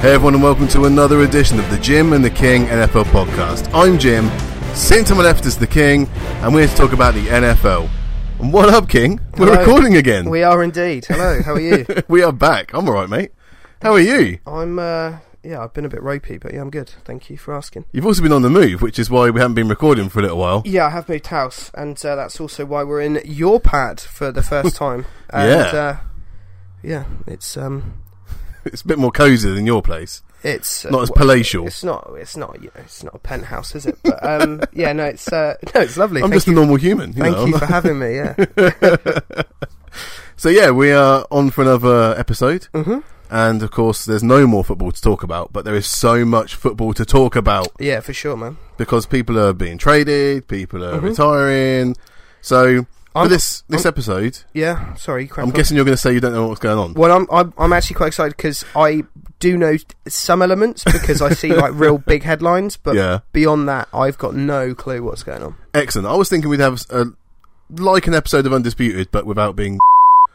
Hey everyone, and welcome to another edition of the Jim and the King NFL podcast. I'm Jim, sitting to my left is the King, and we're here to talk about the NFL. And what up, King? We're Hello. recording again. We are indeed. Hello, how are you? We are back. I'm alright, mate. How are you? I'm, uh, yeah, I've been a bit ropey, but yeah, I'm good. Thank you for asking. You've also been on the move, which is why we haven't been recording for a little while. Yeah, I have moved house, and uh, that's also why we're in your pad for the first time. And, Yeah. Uh, yeah, it's, um, It's a bit more cozy than your place. it's. uh, Not as w- palatial. It's not, it's not, you know, it's not a penthouse, is it? But, um, yeah, no, it's, uh, no, it's lovely. I'm thank just you, a normal human. You thank know? you for having me, yeah. So yeah, we are on for another episode. hmm And of course, there's no more football to talk about, but there is so much football to talk about Yeah, for sure, man. because people are being traded, people are Mhm. retiring. So for I'm- this this episode, Yeah, sorry, crap. I'm on. guessing you're going to say you don't know what's going on. Well, I'm, I'm I'm actually quite excited because I do know some elements because I see like real big headlines, but Yeah. beyond that, I've got no clue what's going on. Excellent. I was thinking we'd have a, like an episode of Undisputed, but without being.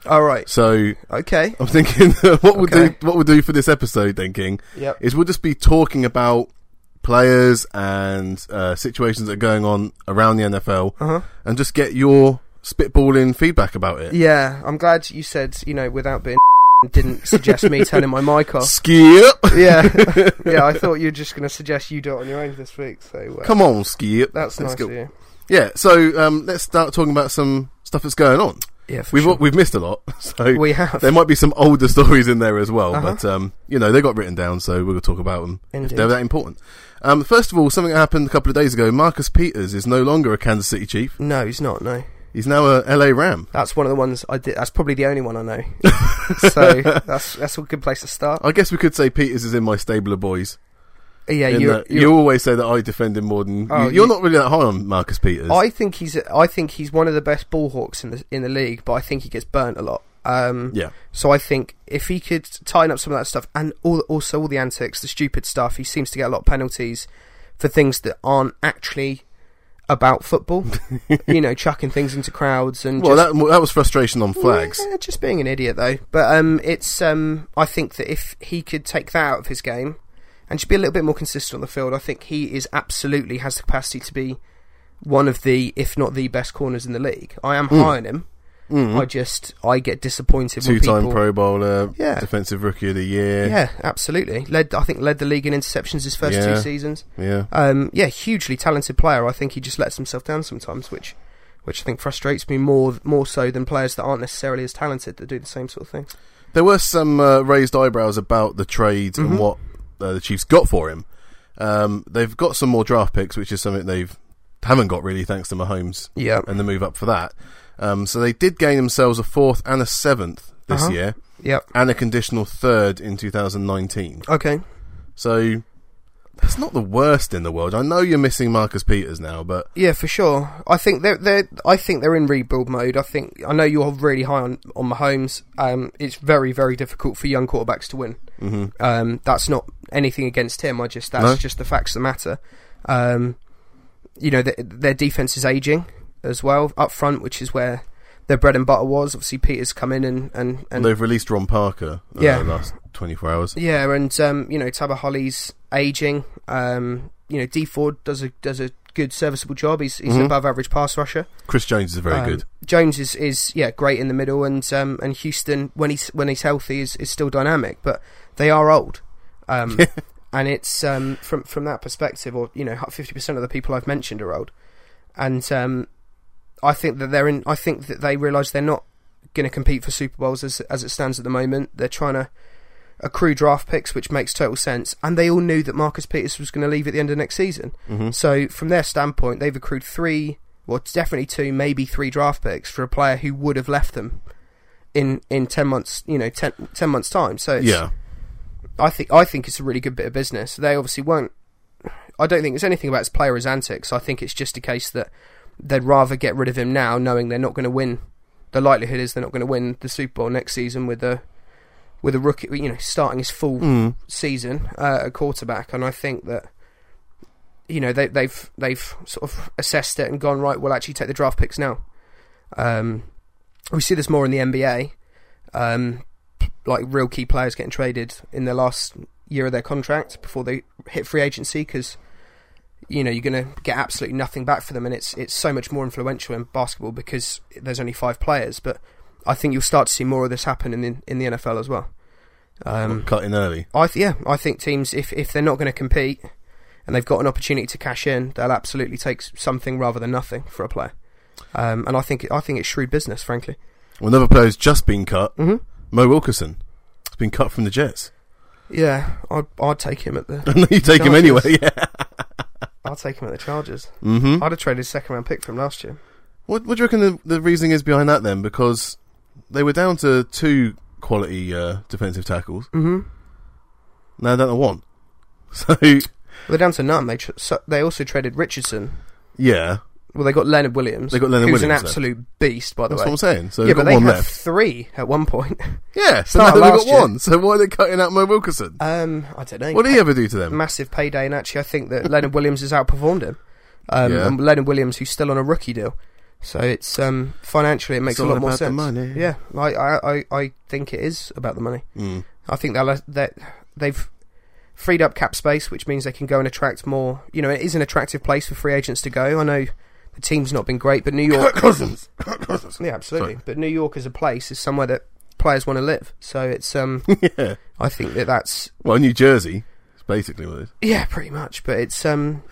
All right, So okay, I'm thinking what we'll Okay. do what we'll do for this episode, then King, yep, is we'll just be talking about players and uh, situations that are going on around the NFL, uh huh, and just get your spitballing feedback about it. yeah. I'm glad you said you know without being didn't suggest me turning my mic off. Skip. Yeah, yeah. I thought you were just going to suggest you do it on your own this week, so uh, Come on, Skip. that's Let's nice go. of you. Yeah, so um, let's start talking about some stuff that's going on. Yeah, for We've sure. we've missed a lot, so we have there might be some older stories in there as well. Uh-huh. But um, you know, they got written down, so we're going to talk about them if Indeed. they're that important. Um, first of all, something that happened a couple of days ago. Marcus Peters is no longer a Kansas City Chief. No, he's not. No, He's now a LA Ram. that's one of the ones I did. That's probably the only one I know. so that's that's a good place to start. I guess we could say Peters is in my stable of boys. Yeah, in you're, that you're you always say that I defend him more than Oh, you, you're you- not really that high on Marcus Peters. I think he's I think he's one of the best ball hawks in the in the league, but I think he gets burnt a lot. Um, yeah, So I think if he could tighten up some of that stuff, and all, also all the antics, the stupid stuff, he seems to get a lot of penalties for things that aren't actually about football. you know, chucking things into crowds and well, just, that that was frustration on flags. Yeah, just being an idiot though. But um, it's um, I think that if he could take that out of his game and just be a little bit more consistent on the field, I think he is absolutely has the capacity to be one of the, if not the best corners in the league. I Hmm. am high on him. I just I get disappointed when people. Mm. Two-time Pro Bowler, Yeah. defensive rookie of the year. yeah, absolutely. Led I think led the league in interceptions his first Yeah. two seasons. yeah. Um, yeah, hugely talented player. I think he just lets himself down sometimes, which. Which I think frustrates me more more so than players that aren't necessarily as talented that do the same sort of things. There were some uh, raised eyebrows about the trade Mm-hmm. and what uh, the Chiefs got for him. Um, they've got some more draft picks, which is something they've haven't got really, thanks to Mahomes Yeah, and the move up for that. Um, so they did gain themselves a fourth and a seventh this Uh-huh. year, Yep. and a conditional third in 2019. Okay. So that's not the worst in the world. I know you're missing Marcus Peters now, but Yeah, for sure. I think they're they are I think they're in rebuild mode. I think I know you're really high on on Mahomes. Um, it's very very difficult for young quarterbacks to win. mhm. Um, that's not anything against him. I just that's No. just the facts that matter. Um, you know th their defense is aging as well up front, which is where their bread and butter was. Obviously, Peter's come in and and and they've released Ron Parker uh, Yeah. the last 24 hours. Yeah, and um, you know Taba Holly's aging. Um, you know D Ford does a does a good serviceable job. He's he's Mhm. an above average pass rusher. Chris Jones is very Um, good. Jones is, is yeah great in the middle, and um, and Houston when he's when he's healthy is, is still dynamic, but they are old. Um, and it's um, from from that perspective, or you know, fifty percent of the people I've mentioned are old, and um, I think that they're in. I think that they realise they're not going to compete for Super Bowls as as it stands at the moment. They're trying to accrue draft picks, which makes total sense, and they all knew that Marcus Peters was going to leave at the end of next season. Mhm. So from their standpoint, they've accrued three, well, it's definitely two, maybe three draft picks for a player who would have left them in in ten months. You know, 10, 10 months time. So it's, Yeah. I think I think it's a really good bit of business. They obviously won't. I don't think it's anything about his player as antics. I think it's just a case that they'd rather get rid of him now, knowing they're not going to win. The likelihood is they're not going to win the Super Bowl next season with a with a rookie, you know, starting his full Mm. season uh, at quarterback. And I think that you know they, they've they've sort of assessed it and gone right. We'll actually take the draft picks now. Um, we see this more in the NBA. Um, like real key players getting traded in their last year of their contract before they hit free agency because you know you're going to get absolutely nothing back for them, and it's it's so much more influential in basketball because there's only five players. But I think you'll start to see more of this happen in the, in the NFL as well. Um, Cutting early. I th- yeah, I think teams if if they're not going to compete and they've got an opportunity to cash in, they'll absolutely take s- something rather than nothing for a player. Um, and I think I think it's shrewd business, frankly. Well, another player who's just been cut, Mhm. Mo Wilkerson, has been cut from the Jets. Yeah, I'd, I'd take him at the you take him Chargers. anyway, yeah. I'll take him at the Chargers. hmm I'd have traded his second round pick from last year. What, what do you reckon the, the reasoning is behind that then? Because they were down to two quality uh, defensive tackles. Mm-hmm. Now they're down to one. So, They're down to none. They tr- so they also traded Richardson. yeah. Well, they got Leonard Williams. They got Leonard who's Williams, an though. absolute beast, by the That's what way. I'm saying. So yeah, they've but got they one had left. three at one point. Yeah, so now Start they've last got year. one. So why are they cutting out Mo Wilkerson? um, I don't know. What did he ever do to them? massive payday, and actually, I think that Leonard Williams has outperformed him. Um, Yeah. and Leonard Williams, who's still on a rookie deal, so it's um, financially it makes It's a all lot more about the sense. money. Yeah, I, I, I, I think it is about the money. Mm. I think they'll, that they've freed up cap space, which means they can go and attract more. You know, it is an attractive place for free agents to go. I know the team's not been great, but New York Cousins. Cousins. yeah, absolutely. But New York as a place is somewhere that players want to live. So it's um, yeah. I think that that's Well, New Jersey. It's basically what it is. yeah, pretty much. But it's um,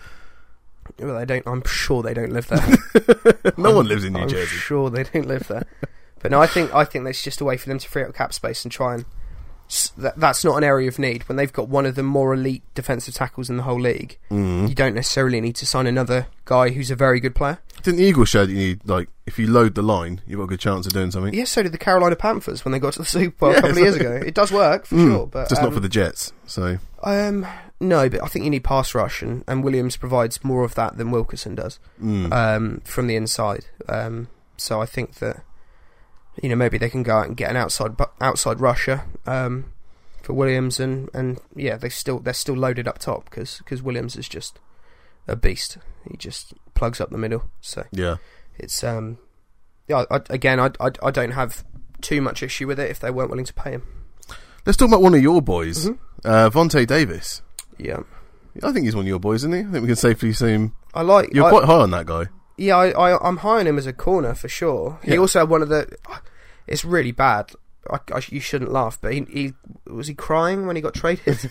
well, they don't. I'm sure they don't live there. No one lives in New I'm Jersey. sure they don't live there. but no, I think I think that's just a way for them to free up cap space and try and. s- That, that's not an area of need when they've got one of the more elite defensive tackles in the whole league. Mm. You don't necessarily need to sign another guy who's a very good player. Didn't the Eagles show that you need, like, if you load the line, you've got a good chance of doing something? Yeah, so did the Carolina Panthers when they got to the Super Bowl Hmm. Yeah, a couple of it's years ago. It does work for Mm. sure, but Just um, not for the Jets. So, Um, no, but I think you need pass rush, and, and Williams provides more of that than Wilkerson does mm. um, from the inside. Um, so I think that you know maybe they can go out and get an outside bu- outside rusher um, for Williams, and, and yeah, they still they're still loaded up top because Williams is just a beast. He just plugs up the middle. So yeah. it's um, yeah. I, again, I, I I don't have too much issue with it if they weren't willing to pay him. Let's talk about one of your boys, Mhm. uh, Vontae Davis. Yeah, I think he's one of your boys, isn't he? I think we can safely assume. I like. You're I- quite high on that guy. Yeah, I, I, I'm hiring him as a corner for sure. He Yeah. also had one of the. It's really bad. I, I, you shouldn't laugh, but he, he was he crying when he got traded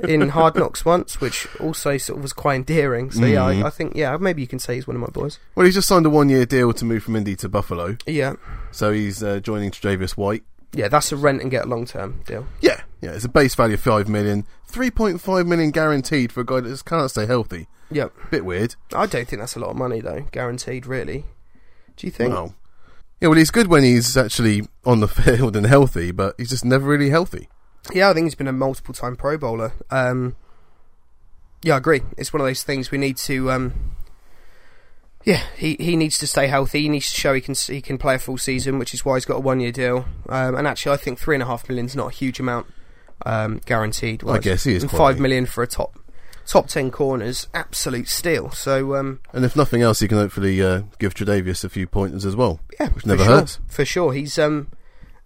in Hard Knocks once, which also sort of was quite endearing. So yeah, Mhm. I, I think yeah, maybe you can say he's one of my boys. Well, he's just signed a one year deal to move from Indy to Buffalo. Yeah, So he's uh, joining Tredavious White. yeah, that's a rent and get long term deal. Yeah, yeah. It's a base value of five million, three point five million guaranteed for a guy that just cannot stay healthy. Yeah, Bit weird. I don't think that's a lot of money though, guaranteed. Really, do you think? Wow. Yeah, well, he's good when he's actually on the field and healthy, but he's just never really healthy. Yeah, I think he's been a multiple time Pro Bowler. Um, yeah, I agree. It's one of those things we need to. Um, yeah, he, he needs to stay healthy. He needs to show he can he can play a full season, which is why he's got a one year deal. Um, and actually, I think three and a half million is not a huge amount um, guaranteed. I guess he is And quality. five million for a top top ten corners, absolute steal. So um, And if nothing else, he can hopefully uh, give Tredavious a few pointers as well. yeah, Which never for sure. hurts. for sure. He's um,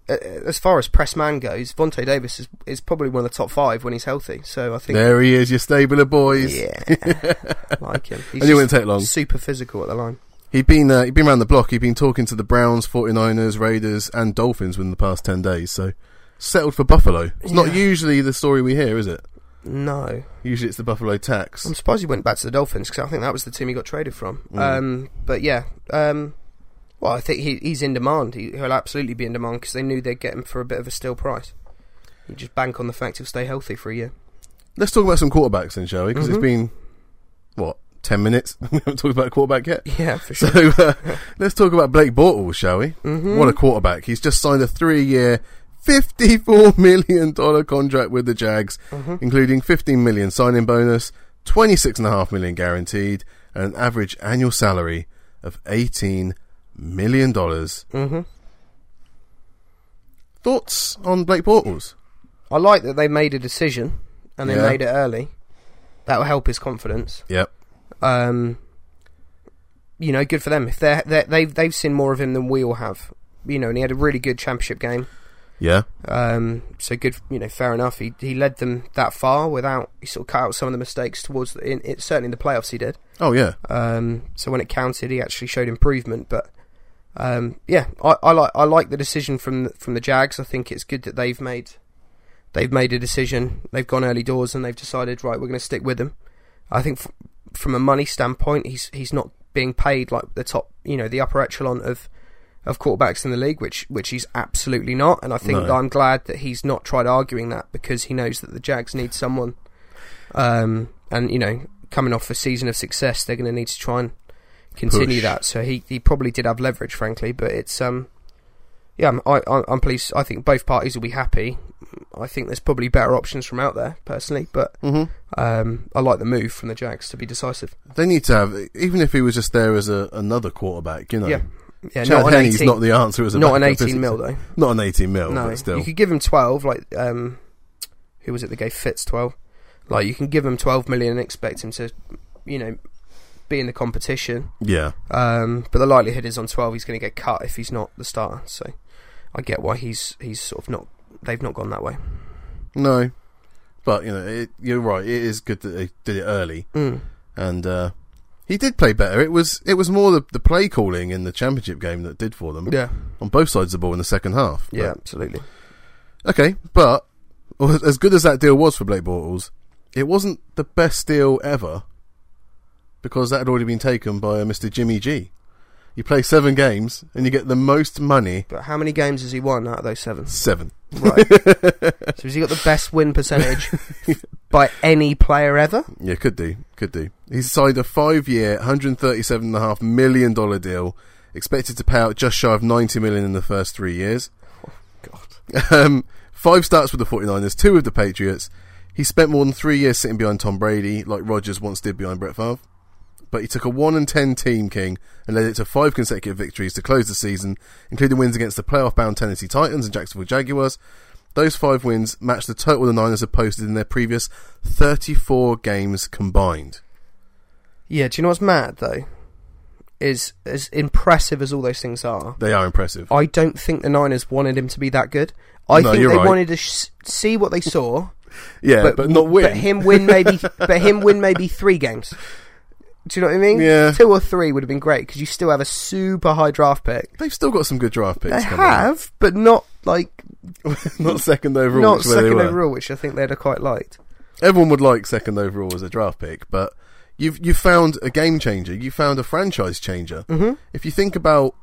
uh, as far as press man goes, Vontae Davis is is probably one of the top five when he's healthy. So I think There he is, your stabler boys. Yeah, like him. He's and it wouldn't just take long. super physical at the line. He'd been uh, he'd been around the block. He'd been talking to the Browns, 49ers, Raiders, and Dolphins within the past ten days. So settled for Buffalo. It's Yeah. not usually the story we hear, is it? No, Usually it's the Buffalo tax. I'm surprised he went back to the Dolphins because I think that was the team he got traded from. Mm. Um, but yeah, um, well, I think he, he's in demand. He, he'll absolutely be in demand because they knew they'd get him for a bit of a steal price. You just bank on the fact he'll stay healthy for a year. Let's talk about some quarterbacks then, shall we? Because Mhm. it's been what ten minutes. we haven't talked about a quarterback yet. Yeah, for So sure. uh, let's talk about Blake Bortles, shall we? Mhm. What a quarterback! He's just signed a three-year, fifty-four million dollar contract with the Jags, Mm-hmm. including fifteen million signing bonus, twenty-six and a half million guaranteed, and an average annual salary of eighteen million dollars. hmm Thoughts on Blake Bortles? I like that they made a decision and they Yeah. made it early. That will help his confidence. Yep. um, you know, good for them. If they're, they're, they've they've seen more of him than we all have, you know, and he had a really good championship game. Yeah. Um, so good, you know, fair enough. He he led them that far without he sort of cut out some of the mistakes towards the, in it, certainly in the playoffs he did. Oh yeah. Um, so when it counted, he actually showed improvement. But um, yeah, I, I like I like the decision from the, from the Jags. I think it's good that they've made they've made a decision. They've gone early doors and they've decided right, we're going to stick with him. I think f- from a money standpoint, he's he's not being paid like the top, you know, the upper echelon of of quarterbacks in the league, which which he's absolutely not. And I think No. I'm glad that he's not tried arguing that because he knows that the Jags need someone. Um, and you know, coming off a season of success, they're going to need to try and continue Push. that. So he, he probably did have leverage, frankly. But it's um, yeah, I'm, I, I- I'm pleased. I think both parties will be happy. I think there's probably better options from out there personally, but Mm-hmm. um, I like the move from the Jags to be decisive. They need to have, even if he was just there as a, another quarterback, you know. Yeah, yeah, Chad not an Henney's 18, not the answer as a not an backup, is 18 he? mil though. Not an 18 mil, No, but still. you could give him twelve. Like, um, who was it that gave Fitz twelve? Like, you can give him twelve million and expect him to, you know, be in the competition. yeah. Um, but the likelihood is on twelve he's going to get cut if he's not the starter. So, I get why he's he's sort of not. They've not gone that way. No. But, you know, it, you're right. It is good that they did it early. Mm. And, uh, he did play better. It was it was more the, the play calling in the championship game that did for them Yeah, on both sides of the ball in the second half. But- yeah, absolutely. okay, but well, as good as that deal was for Blake Bortles, it wasn't the best deal ever because that had already been taken by a Mr. Jimmy G. You play seven games and you get the most money But how many games has he won out of those seven? seven. Right. so has he got the best win percentage by any player ever? Yeah, could do, could do. He's signed a five-year, hundred thirty-seven and a half million dollar deal, expected to pay out just shy of ninety million in the first three years. God. Um, five starts with the 49ers, two with the Patriots. He spent more than three years sitting behind Tom Brady, like Rogers once did behind Brett Favre. But he took a one and ten team king and led it to five consecutive victories to close the season, including wins against the playoff-bound Tennessee Titans and Jacksonville Jaguars. Those five wins matched the total the Niners have posted in their previous 34 games combined. Yeah. Do you know what's mad though? Is as impressive as all those things are. They are impressive. I don't think the Niners wanted him to be that good. I No, think they you're right. wanted to sh- see what they saw, Yeah, but, not win. But him win maybe, but him win maybe three games. Do you know what I mean? Yeah. two or three would have been great because you still have a super high draft pick. They've still got some good draft picks. They coming up. have, but not like not second overall. not which where they second were. overall, which I think they'd have quite liked. Everyone would like second overall as a draft pick, but you've you found a game changer. You found a franchise changer. Mm-hmm. If you think about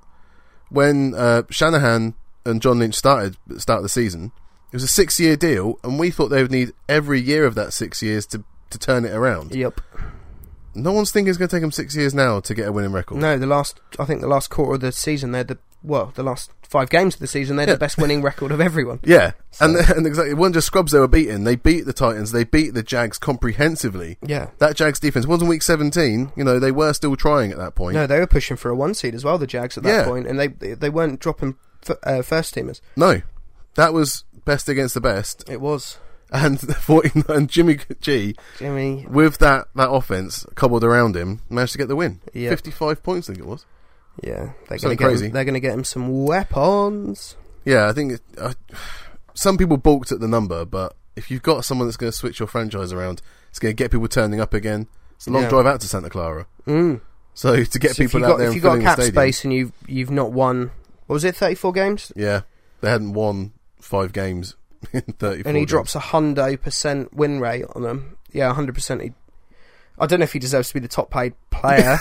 when uh, Shanahan and John Lynch started at the start of the season, it was a six year deal, and we thought they would need every year of that six years to to turn it around. Yep. No one's thinking it's going to take them six years now to get a winning record. No, the last I think the last quarter of the season, they're the well, the last five games of the season, they're the best winning record of everyone. Yeah, and and exactly, it wasn't just scrubs they were beating. They beat the Titans. They beat the Jags comprehensively. Yeah. That Jags defense wasn't week seventeen. You know they were still trying at that point. No, they were pushing for a one seed as well. The Jags at that Yeah. point, and they they weren't dropping f- uh, first teamers. No. that was best against the best, It was and the 49 and Jimmy G Jimmy. with that that offense cobbled around him managed to get the win. Yeah. Fifty five points, I think it was. Yeah, they're So going to get crazy. him, they're going to get him some weapons. Yeah, I think it, I some people balked at the number, but if you've got someone that's going to switch your franchise around, it's going to get people turning up again. It's a long Yeah. drive out to Santa Clara. Mm. So to get So if people you out got there if and you got filling the cap stadium, space and you've you've not won, what was it, thirty four games? Yeah, they hadn't won five games in thirty-four. And he games. drops a hundo percent win rate on them. Yeah, hundred percent. He, I don't know if he deserves to be the top paid player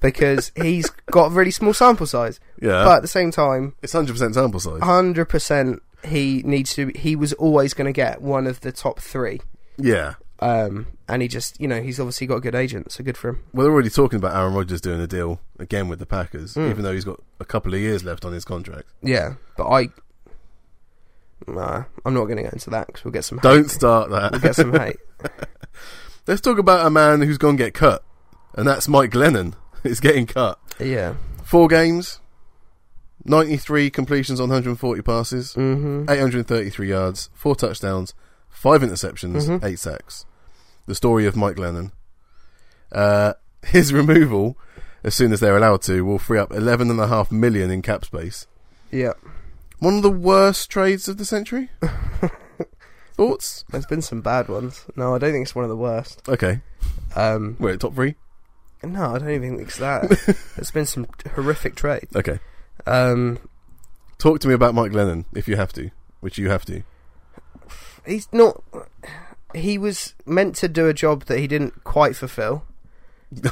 because he's got a really small sample size. Yeah, But Uh-huh. at the same time, it's hundred percent sample size. hundred percent, he needs to. He was always going to get one of the top three. yeah, Um, and he just, you know, he's obviously got a good agent, so good for him. well, they're already talking about Aaron Rodgers doing a deal again with the Packers, Hmm. even though he's got a couple of years left on his contract. Yeah, but I, nah, I'm not going to get into that because we'll get some hate. Don't start we'll that. get some hate. Let's talk about a man who's gone get cut, and that's Mike Glennon. Is getting cut. Yeah. Four games, ninety-three completions on one hundred and forty passes. Mm-hmm. 833 yards, four touchdowns, five interceptions, Mhm. eight sacks. The story of Mike Lennon. Uh, his removal, as soon as they're allowed to, will free up 11.5 million in cap space. Yeah. One of the worst trades of the century. Thoughts? There's been some bad ones. No, I don't think it's one of the worst. Okay, Um, we're at top three. no, I don't even think it's that. There's been some horrific trades. Okay, Um, talk to me about Mike Lennon if you have to, which you have to. he's not. He was meant to do a job that he didn't quite fulfill,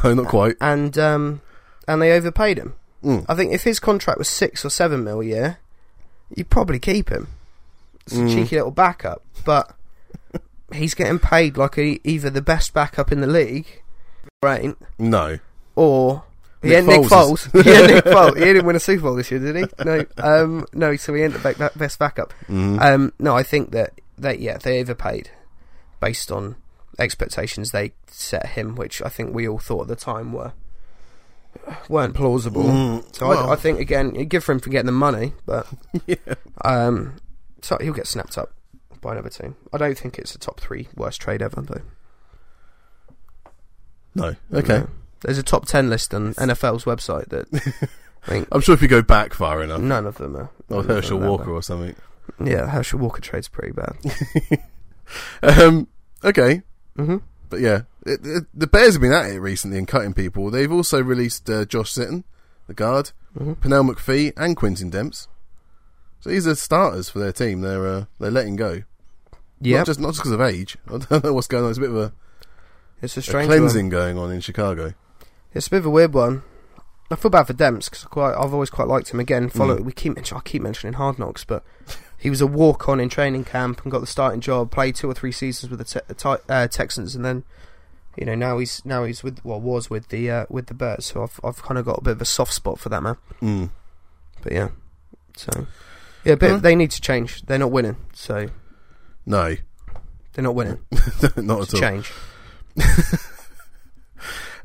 No, not quite. and um, and they overpaid him. Mm. I think if his contract was six or seven mil a year, you'd probably keep him. It's Mm. a cheeky little backup, but he's getting paid like a, either the best backup in the league, right? No, Or Nick yeah, Nick Foles Foles. yeah, Nick Foles. He didn't win a Super Bowl this year, did he? No, um, no. So he ended up back, best backup. Mm. Um, no, I think that that yeah, they overpaid based on expectations they set him, which I think we all thought at the time were weren't plausible. So well- I, I think again, good for him for getting the money, but Yeah. um, so he'll get snapped up by another team. I don't think it's a top three worst trade ever though. no. Okay, There's a top ten list on NFL's website that I think I'm sure if you go back far enough, none of them are. or none of them Herschel are Mm-hmm. that Walker or something. bad. Yeah, Herschel Walker trade's pretty bad. Um, okay, hmm but yeah, it, it, the Bears have been at it recently and cutting people. They've also released uh, Josh Sitton, the guard, Mhm. Pernell McPhee, and Quinton Demps. So these are starters for their team. They're uh, they're letting go. Yeah, Not just not just because of age. I don't know what's going on. It's a bit of a, it's a a strange one. cleansing going on in Chicago. It's a bit of a weird one. I feel bad for Demps because quite I've always quite liked him. Again, follow Mm. we keep mention- I keep mentioning Hard Knocks, but he was a walk on in training camp and got the starting job. Played two or three seasons with the te- Ti- uh, Texans, and then you know now he's now he's with well was with the uh, with the Bears. So I've I've kind of got a bit of a soft spot for that man. Mm. But yeah, so yeah, but Yeah. they need to change. They're not winning, so No, they're not winning. not It's a at all. change.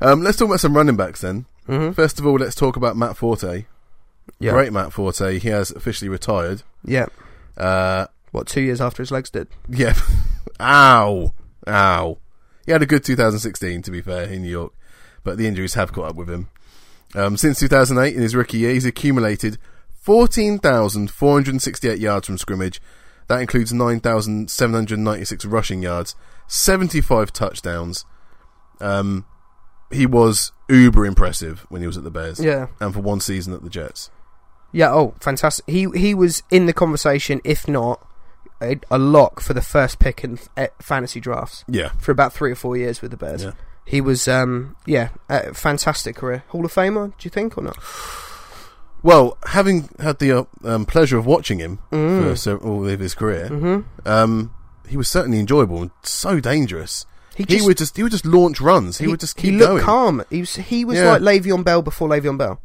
Um, let's talk about some running backs then. hmm First of all, let's talk about Matt Forte. Yeah, Great Matt Forte. He has officially retired. yeah. Uh, What two years after his legs did? yeah. Ow. Ow. He had a good 2016, to be fair, in New York, but the injuries have caught up with him. Um, since 2008, in his rookie year, he's accumulated 14,468 yards from scrimmage. That includes 9,796 rushing yards, 75 touchdowns. Um, he was uber impressive when he was at the Bears, Yeah. and for one season at the Jets. Yeah, oh, fantastic. He he was in the conversation, if not a, a lock for the first pick in eh, fantasy drafts Yeah, for about three or four years with the Bears. Yeah. He was, um, yeah, a fantastic career. Hall of Famer, do you think or not? Well, having had the uh, um, pleasure of watching him for Mm. so, all of his career, hmm um, he was certainly enjoyable and so dangerous. He He, just would just he would just launch runs. He, would just keep he looked going. calm. He was he was Yeah. like Le'Veon Bell before Le'Veon Bell.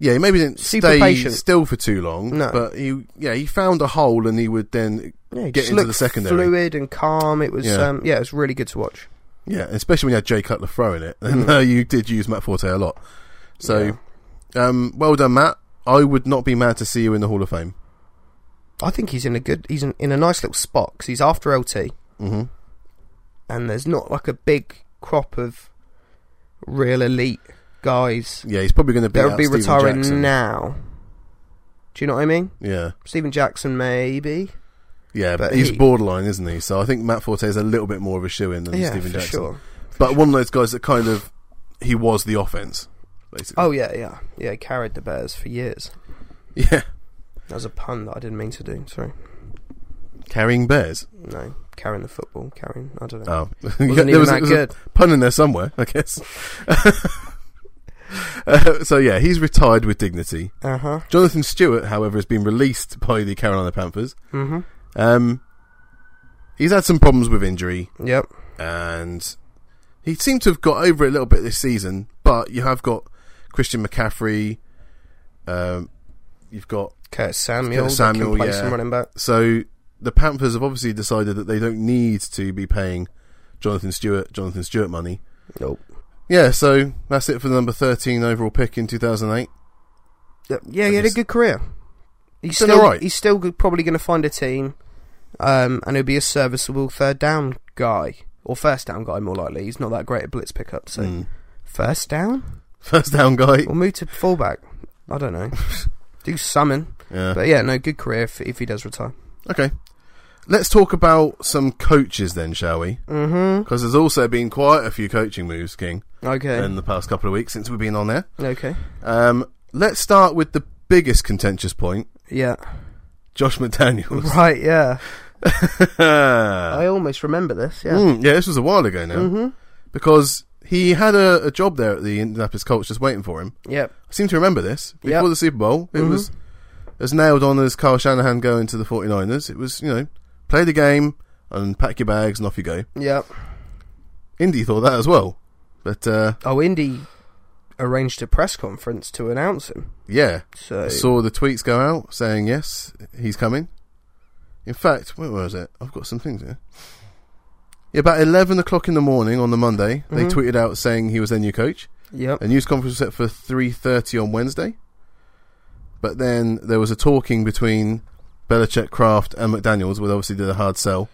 Yeah, he maybe didn't Super stay patient. still for too long, No. but he yeah he found a hole and he would then Yeah, he get just into the looked secondary. fluid and calm. It was, Yeah. um, yeah, it was really good to watch. yeah, especially when you had Jay Cutler throwing it. And uh, you did use Matt Forte a lot. So, um, well done, Matt. I would not be mad to see you in the Hall of Fame. I think he's in a good, he's in, in a nice little spot 'cause he's after LT. hmm and there's not like a big crop of real elite guys Yeah, he's probably going to be. that out would be Steven retiring Jackson. now. Do you know what I mean? Yeah. Stephen Jackson, maybe. Yeah, But he's he- borderline, isn't he? So I think Matt Forte is a little bit more of a shoe in than yeah, Steven for Jackson. sure. But one of those guys that kind of he was the offense, basically. Oh yeah, yeah, yeah. he Carried the Bears for years. yeah, That was a pun that I didn't mean to do. Sorry. carrying bears. No, carrying the football, carrying. I don't know. Oh, Wasn't there even was, a- that was good. a pun in there somewhere, I guess. Uh, so yeah, he's retired with dignity. Uh huh. Jonathan Stewart, however, has been released by the Carolina Panthers. Mhm. Um, he's had some problems with injury, Yep. and he seemed to have got over it a little bit this season. But you have got Christian McCaffrey. Um, you've got Curtis Samuel. Curtis that can Samuel, play yeah. some running back. So the Panthers have obviously decided that they don't need to be paying Jonathan Stewart Jonathan Stewart money. Nope. Yeah, so that's it for the number thirteen overall pick in two thousand eight. Yep. Yeah, he had a He's- good career. He's Done still alright. he's still good, probably going to find a team, um, and he'll be a serviceable third down guy or first down guy more likely. He's not that great at blitz pickup, so first down Hmm. First down guy. or move to fullback. I don't know. Do something. Yeah. But yeah, no, good career if, if he does retire. Okay. Let's talk about some coaches then, shall we? Mm-hmm. Because there's also been quite a few coaching moves, King, Okay. in the past couple of weeks since we've been on there. okay. Um, let's start with the biggest contentious point Yeah. Josh McDaniels. Right. Yeah. Mm, I almost remember this. Yeah. Hmm, yeah. this was a while ago now. Mm-hmm. Because he had a, a job there at the Indianapolis Colts just waiting for him. Yep. I seem to remember this. Before Yep. the Super Bowl, it Mhm. was as nailed on as Carl Shanahan going to the 49ers. It was, you know, play the game and pack your bags and off you go. Yep. Indy thought that as well. But, uh, Oh, Indy arranged a press conference to announce him. yeah. So I saw the tweets go out saying yes, he's coming. In fact, where was it? I've got some things here. Yeah, about eleven o'clock in the morning on the Monday, they Mhm. tweeted out saying he was their new coach. yep. A news conference was set for three thirty on Wednesday, but then there was a talking between Belichick, Kraft, and McDaniel's, where they obviously did a hard sell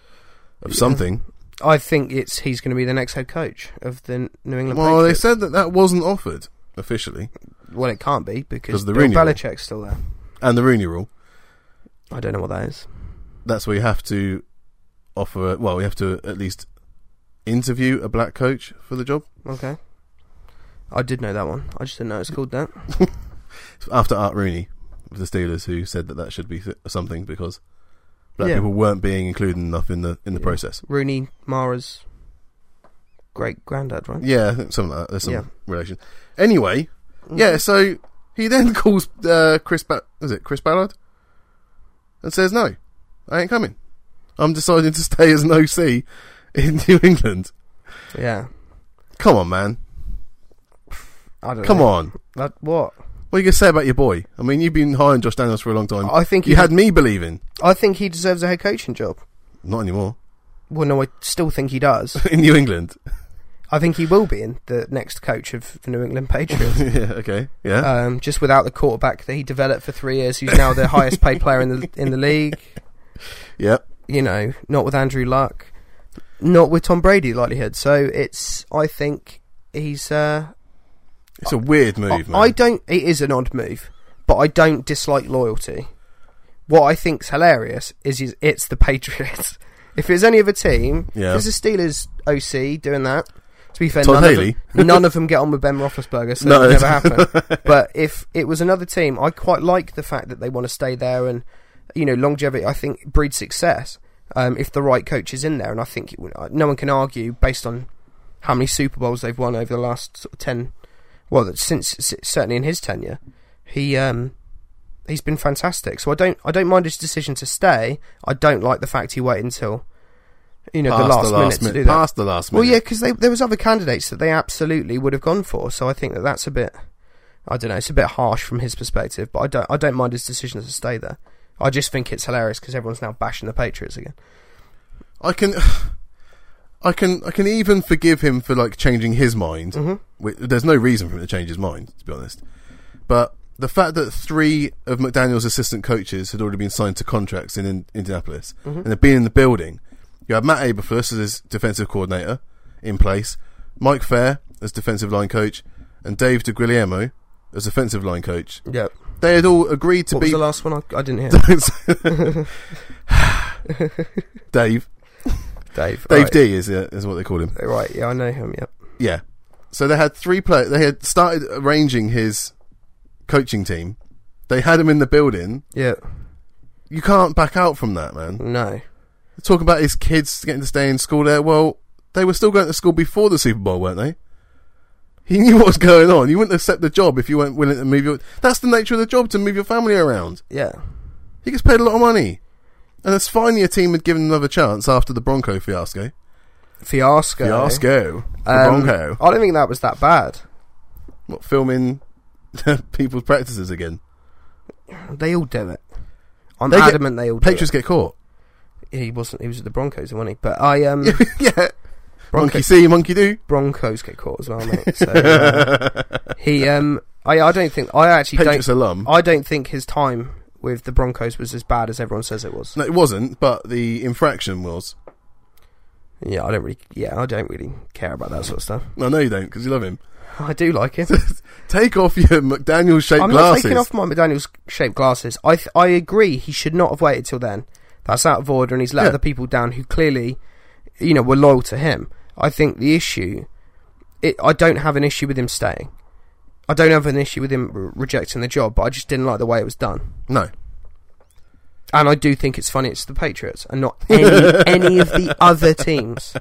of Yeah. something. I think it's he's going to be the next head coach of the New England Well, they Patriots. said that that wasn't offered officially, well, it can't be 'Cause because the Bill Rooney Rule. Belichick's still there. and the Rooney Rule. I don't know what that is. that's where you have to offer. Well, you have to at least interview a black coach for the job Okay. I did know that one. I just didn't know it's called that. after Art Rooney of the Steelers, who said that that should be th- something because black Yeah. people weren't being included enough in the in the Yeah. process. Rooney Mara's great granddad, right? Yeah, I think something like that. There's some Yeah. Mm. relation. Anyway, yeah. So he then calls uh, Chris. Ba- is it Chris Ballard? And says no, I ain't coming. I'm deciding to stay as an OC in New England. Yeah. Come on, man. I don't Come know. on. That what? What are you going to say about your boy? I mean, you've been high on Josh Daniels for a long time. I think Um, he you had me believing. I think he deserves a head coaching job. Not anymore. Well, no, I still think he does. in New England. I think he will be in the next coach of the New England Patriots. yeah, okay. Yeah. Um, just without the quarterback that he developed for three years, who's now the highest paid player in the in the league. yeah. You know, not with Andrew Luck, not with Tom Brady likelihood. So it's I think he's. Uh, It's a weird move, I, man. I don't. It is an odd move, but I don't dislike loyalty. What I think's hilarious is, is it's the Patriots. if it's any other team, Yeah. if it's the Steelers OC doing that. To be fair, Todd none Haley. of them, none of them get on with Ben Roethlisberger, so No. it never happened. but if it was another team, I quite like the fact that they want to stay there, and you know, longevity I think breeds success um, if the right coach is in there, and I think it, would- uh, no one can argue based on how many Super Bowls they've won over the last sort of ten. Well, that since s- certainly in his tenure, he um, he's been fantastic. So I don't I don't mind his decision to stay. I don't like the fact he waited until you know the Past last, minute to min- do that. Past the last Well, minute. yeah, because there was other candidates that they absolutely would have gone for. So I think that that's a bit, I don't know, it's a bit harsh from his perspective. But I don't, I don't mind his decision to stay there. I just think it's hilarious because everyone's now bashing the Patriots again. I can. I can I can even forgive him for like changing his Mm. mind. Wh- There's no reason for him to change his mind, to be honest. But the fact that three of McDaniel's assistant coaches had already been signed to contracts in, in Indianapolis Mm-hmm. and had been in the building, you had Matt Aberflus as his defensive coordinator in place, Mike Fair as defensive line coach, and Dave DeGuglielmo as offensive line coach. Yeah. They had all agreed to What was be the last one? I, I didn't hear. Dave. Dave. Dave right. D is uh, is what they call him. Right. Yeah, I know him. Yep. Yeah. So they had three play. They had started arranging his coaching team. They had him in the building. Yeah. You can't back out from that, man. No. Talking about his kids getting to stay in school there. Well, they were still going to school before the Super Bowl, weren't they? He knew what was going on. You wouldn't accept the job if you weren't willing to move your. That's the nature of the job to move your family around. Yeah. He gets paid a lot of money, and it's finally a team had given him another chance after the Bronco fiasco. Fiasco. Fiasco. The Um, Bronco. I don't think that was that bad. What, filming people's practices again? They all do it. I'm They get- adamant they all do Patriots get caught. it. He wasn't. He was at the Broncos, wasn't he? But I um. yeah. Monkey Broncos. see, monkey do. Broncos get caught as well, mate. So, uh, he, um, I, I don't think I actually Patriots don't. alum. I don't think his time with the Broncos was as bad as everyone says it was. no, it wasn't, but the infraction was. Yeah, I don't really. Yeah, I don't really care about that sort of stuff. I know you don't, because you love him. I do like him. Take off your McDaniel shaped I'm not glasses. taking off my McDaniel's shaped glasses. I th- I agree. He should not have waited till then. That's out of order, and he's let Yeah. other people down who clearly, you know, were loyal to him. I think the issue, it, I don't have an issue with him staying. I don't have an issue with him re- rejecting the job, but I just didn't like the way it was done. No. And I do think it's funny. It's the Patriots and not any, any of the other teams.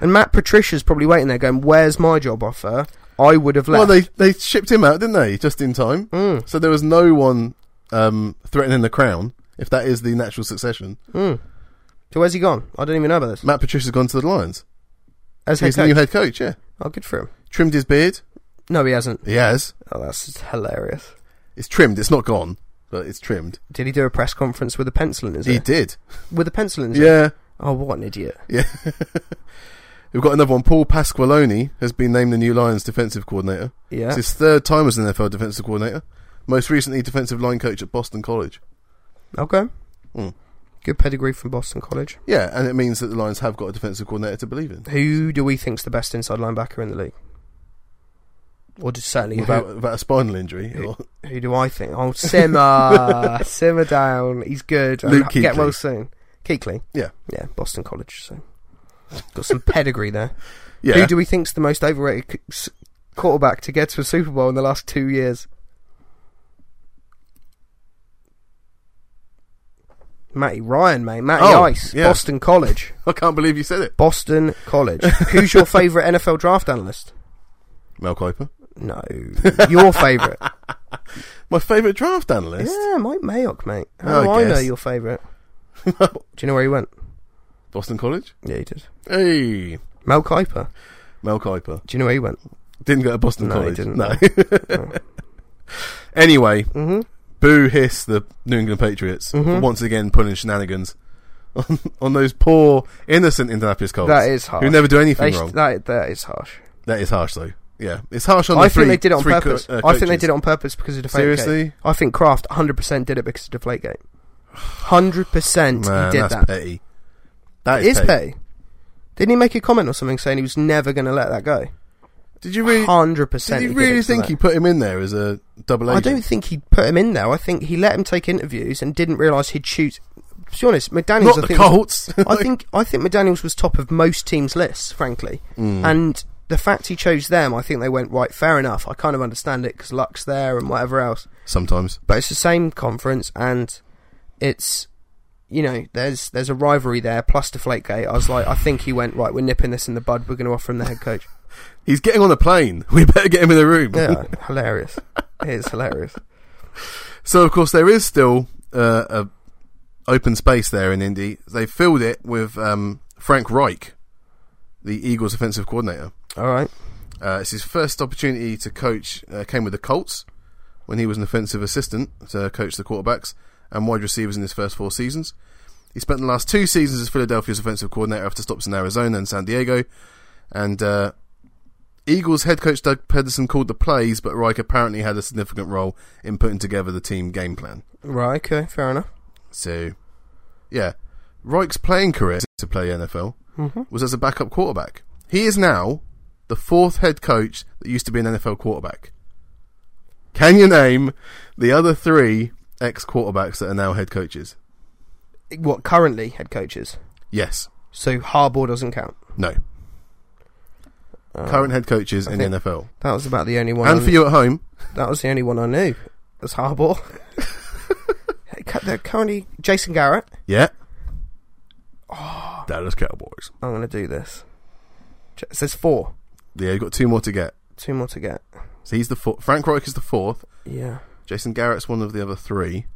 And Matt Patricia's probably waiting there, going, "Where's my job offer? I would have left." Well, they they shipped him out, didn't they? Just in time. Mm. So there was no one um, threatening the crown. If that is the natural succession, Mm. So where's he gone? I don't even know about this. Matt Patricia's gone to the Lions. As head He's the new coach. head coach. Yeah, Oh, good for him. trimmed his beard. No, he hasn't. He has. Oh, that's just hilarious. It's trimmed. It's not gone, but it's trimmed. Did he do a press conference with a pencil in his He ear? did. With a pencil in his ear? Yeah, Oh, what an idiot. yeah. We've got another one. Paul Pasqualoni has been named the new Lions defensive coordinator. Yeah. It's his third time as an NFL defensive coordinator. Most recently, defensive line coach at Boston College. Okay. Mm. Good pedigree from Boston College. Yeah, and it means that the Lions have got a defensive coordinator to believe in. Who do we think's the best inside linebacker in the league? Or just certainly About, about a spinal injury. Who- or- who, who do I think? Oh, simmer, simmer down. He's good. Luke And Get Kuechly. well soon. Keekley. Yeah. Yeah. Boston College. So got some pedigree there. Yeah. Who do we think's the most overrated c- s- quarterback to get to a Super Bowl in the last two years? Matty Ryan, mate. Matty Oh, Ice, yeah. Boston College. I can't believe you said it. Boston College. Who's your favourite NFL draft analyst? Mel Kiper. No, your favourite. My favourite draft analyst. Oh, yeah, Mike Mayock, mate. I How do I, know guess. your favourite? do you know where he went? Boston College. Yeah, he did. Hey, Mel Kiper. Mel Kiper Do you know where he went? didn't go to Boston No, Oh. he College. didn't. No. No. anyway, hmm boo hiss the New England Patriots for Mhm. once again pulling shenanigans on, on those poor innocent Indianapolis Colts That is harsh. Oh. who never do anything They sh- wrong. that, that is harsh. that is harsh, though. Yeah, it's harsh on. I the think three- they did it on three co- purpose. uh, I think they coaches. did it on purpose because of Deflategate. Seriously, I think Kraft 100% did it because of Deflategate. 100% man, he did that's that. petty. That It is, is petty. Didn't he make a comment or something saying he was never going to let that go? Did you really? 100%. Did he you did really it for think that. he put him in there as a double I agent? don't think he put him in there. I think he let him take interviews and didn't realise he'd shoot. To be honest, McDaniels, Not I the think, Colts. I think I think McDaniels was top of most teams' lists, frankly. Mm. Hmm. And the fact he chose them, I think they went right. Fair enough. I kind of understand it because Luck's there and whatever else. Sometimes. but it's the same conference and it's you know there's there's a rivalry there plus deflategate i was like i think he went right we're nipping this in the bud we're going to offer him the head coach He's getting on a plane. We better get him in the room. yeah hilarious it is hilarious So of course there is still uh, a open space there in Indy. They filled it with um, Frank Reich, the Eagles' offensive coordinator. all right Uh, it's his first opportunity to coach. Uh, came with the Colts when he was an offensive assistant to coach the quarterbacks and wide receivers in his first four seasons. He spent the last two seasons as Philadelphia's offensive coordinator after stops in Arizona and San Diego. And uh, Eagles head coach Doug Pederson called the plays, but Reich apparently had a significant role in putting together the team game plan. right okay fair enough So, yeah, Reich's playing career to play NFL mm-hmm. was as a backup quarterback. He is now the fourth head coach that used to be an NFL quarterback. Can you name the other three ex quarterbacks that are now head coaches? what currently head coaches Yes. so harbaugh doesn't count No. Uh, Current head coaches I in the think- NFL. that was about the only one And I- for you at home, that was the only one i knew was harbaugh they're currently jason garrett yeah. Oh. Dallas Cowboys. i'm going to do this J- so there's four Yeah, you've got two more to get. two more to get So he's the fourth. Frank Reich is the fourth. yeah Jason Garrett's one of the other three.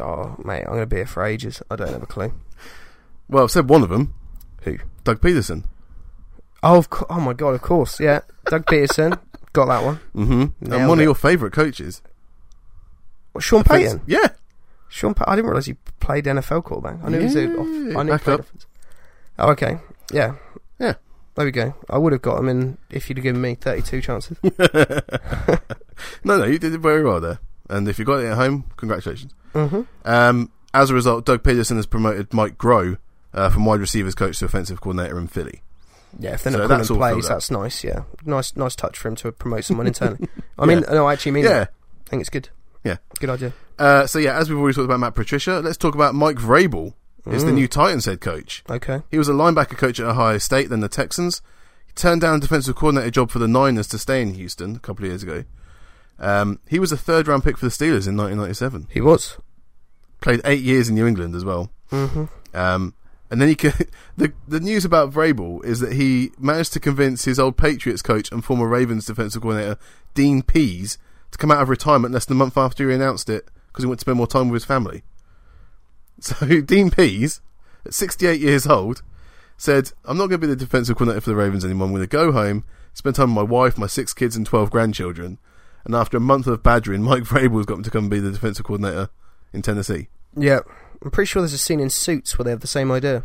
Oh, mate, I'm going to be here for ages. I don't have a clue. Well, I've said one of them. Who? Doug Peterson. Oh, of co- oh my god, of course. Yeah, Doug Peterson got that one. Mm-hmm. And Nailed one it. of your favourite coaches. What, Sean Payton. Yeah. Sean. Pa- I didn't realize he played NFL quarterback. I knew he was a. Off- I knew he Back played up. offense. Oh, okay. Yeah. Yeah. There we go. I would have got him in if you'd have given me 32 chances. No, no, you did very well there. And if you got it at home, congratulations. mm-hmm. Um, as a result, Doug Peterson has promoted Mike Groh uh, from wide receivers coach to offensive coordinator in Philly. Yeah, if they're So not that's calling all plays, filled out. that's nice. Yeah, nice, nice touch for him to promote someone internally. I mean, no, I actually mean, Yeah. that. I think it's good. Yeah. good idea. Uh, so yeah, as we've already talked about Matt Patricia, let's talk about Mike Vrabel. Is Mm. the new Titans head coach. Okay, He was a linebacker coach at Ohio State, then the Texans. He turned down a defensive coordinator job for the Niners to stay in Houston a couple of years ago. Um, he was a third round pick for the Steelers in 1997. he was. Played eight years in New England as well. Mm-hmm. Um, and then he co- the the news about Vrabel is that he managed to convince his old Patriots coach and former Ravens defensive coordinator Dean Pease to come out of retirement less than a month after he announced it because he wanted to spend more time with his family. So Dean Pease, at 68 years old, said, "I'm not going to be the defensive coordinator for the Ravens anymore. I'm going to go home, spend time with my wife, my six kids, and 12 grandchildren." And after a month of badgering, Mike Vrabel's got him to come and be the defensive coordinator in Tennessee. Yeah, I'm pretty sure there's a scene in Suits where they have the same idea.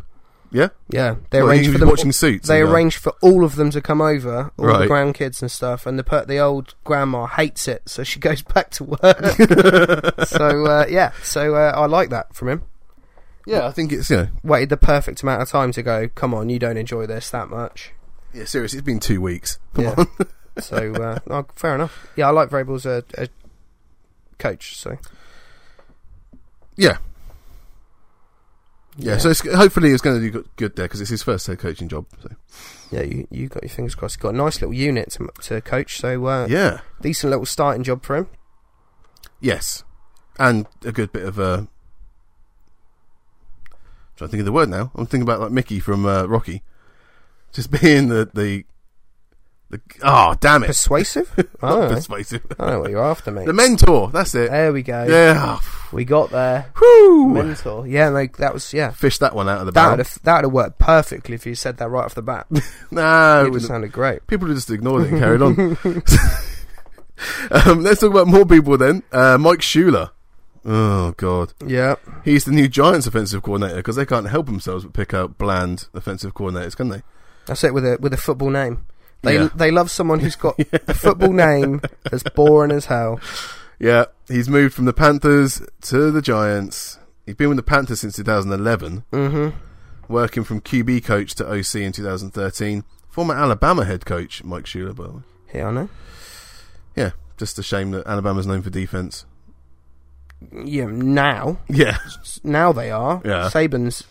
Yeah, Yeah, they Well, arranged he for was them. watching Suits. they and, uh, arranged for all of them to come over, all the Right. grandkids and stuff, and the per- the old grandma hates it, so she goes back to work. so uh, yeah, so uh, I like that from him. Yeah, I think it's you know, Waited the perfect amount of time to go. Come on, you don't enjoy this that much. yeah, seriously, it's been two weeks. yeah. so uh, no, fair enough. Yeah, I like Vrabel's a, a coach. So Yeah, yeah. So it's, hopefully it's going to do good, good there because it's his first head coaching job. So yeah, you you got your fingers crossed. Got a nice little unit to, to coach. So uh, yeah, decent little starting job for him. yes, and a good bit of Uh, trying to think of the word now. I'm thinking about like Mickey from uh, Rocky, just being the the the ah damn it, Persuasive. I Not don't know. persuasive. I don't know what you're after, mate. the mentor. That's it. there we go. yeah, We got there. whoo, Mentor. Yeah, like that was yeah. fish that one out of the That would bag. have that would have worked perfectly if you said that right off the bat. It No, it would have wouldn't. sounded great. people just ignored it and carried on. um, let's talk about more people then. Uh, Mike Schuler. Oh God, Yeah. he's the new Giants offensive coordinator because they can't help themselves but pick out bland offensive coordinators, can they? That's it with a with a football name. They Yeah. they love someone who's got a football name that's boring as hell. Yeah, he's moved from the Panthers to the Giants. He's been with the Panthers since 2011, hmm working from QB coach to OC in 2013. Former Alabama head coach Mike Schuler, by the way. Yeah, I know. Yeah, just a shame that Alabama's known for defense. Yeah, now Yeah, now they are. Yeah. Saban's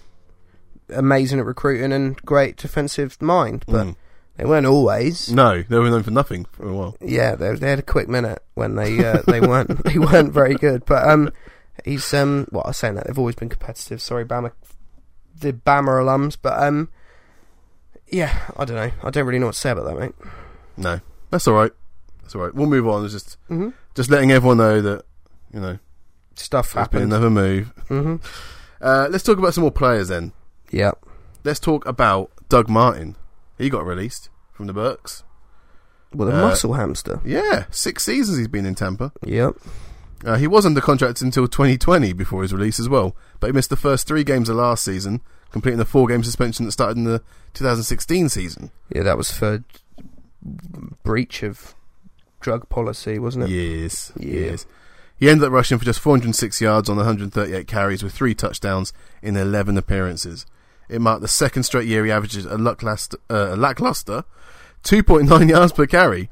amazing at recruiting and great defensive mind, but Mm. they weren't always. no, they were known for nothing for a while. Yeah, they, they had a quick minute when they uh, they weren't they weren't very good. But um, he's um, what I was saying that they've always been competitive. Sorry, Bama, the Bama alums. But um, yeah, I don't know. I don't really know what to say about that, mate. No, that's all right. That's all right. We'll move on. It's just Mhm. just letting everyone know that you know Stuff it's been happened. another move. hmm Uh, let's talk about some more players then. Yeah, Let's talk about Doug Martin. He got released from the Burks. well, the Uh, muscle hamster. Yeah, six seasons he's been in Tampa. Yep. Uh, he was under contract until 2020 before his release as well, but he missed the first three games of last season, completing the four-game suspension that started in the 2016 season. Yeah, that was for breach of drug policy, wasn't it? Yes, Yeah. yes. He ended up rushing for just 406 yards on 138 carries with three touchdowns in 11 appearances. It marked the second straight year he averages a lackluster, uh, a lackluster 2.9 yards per carry.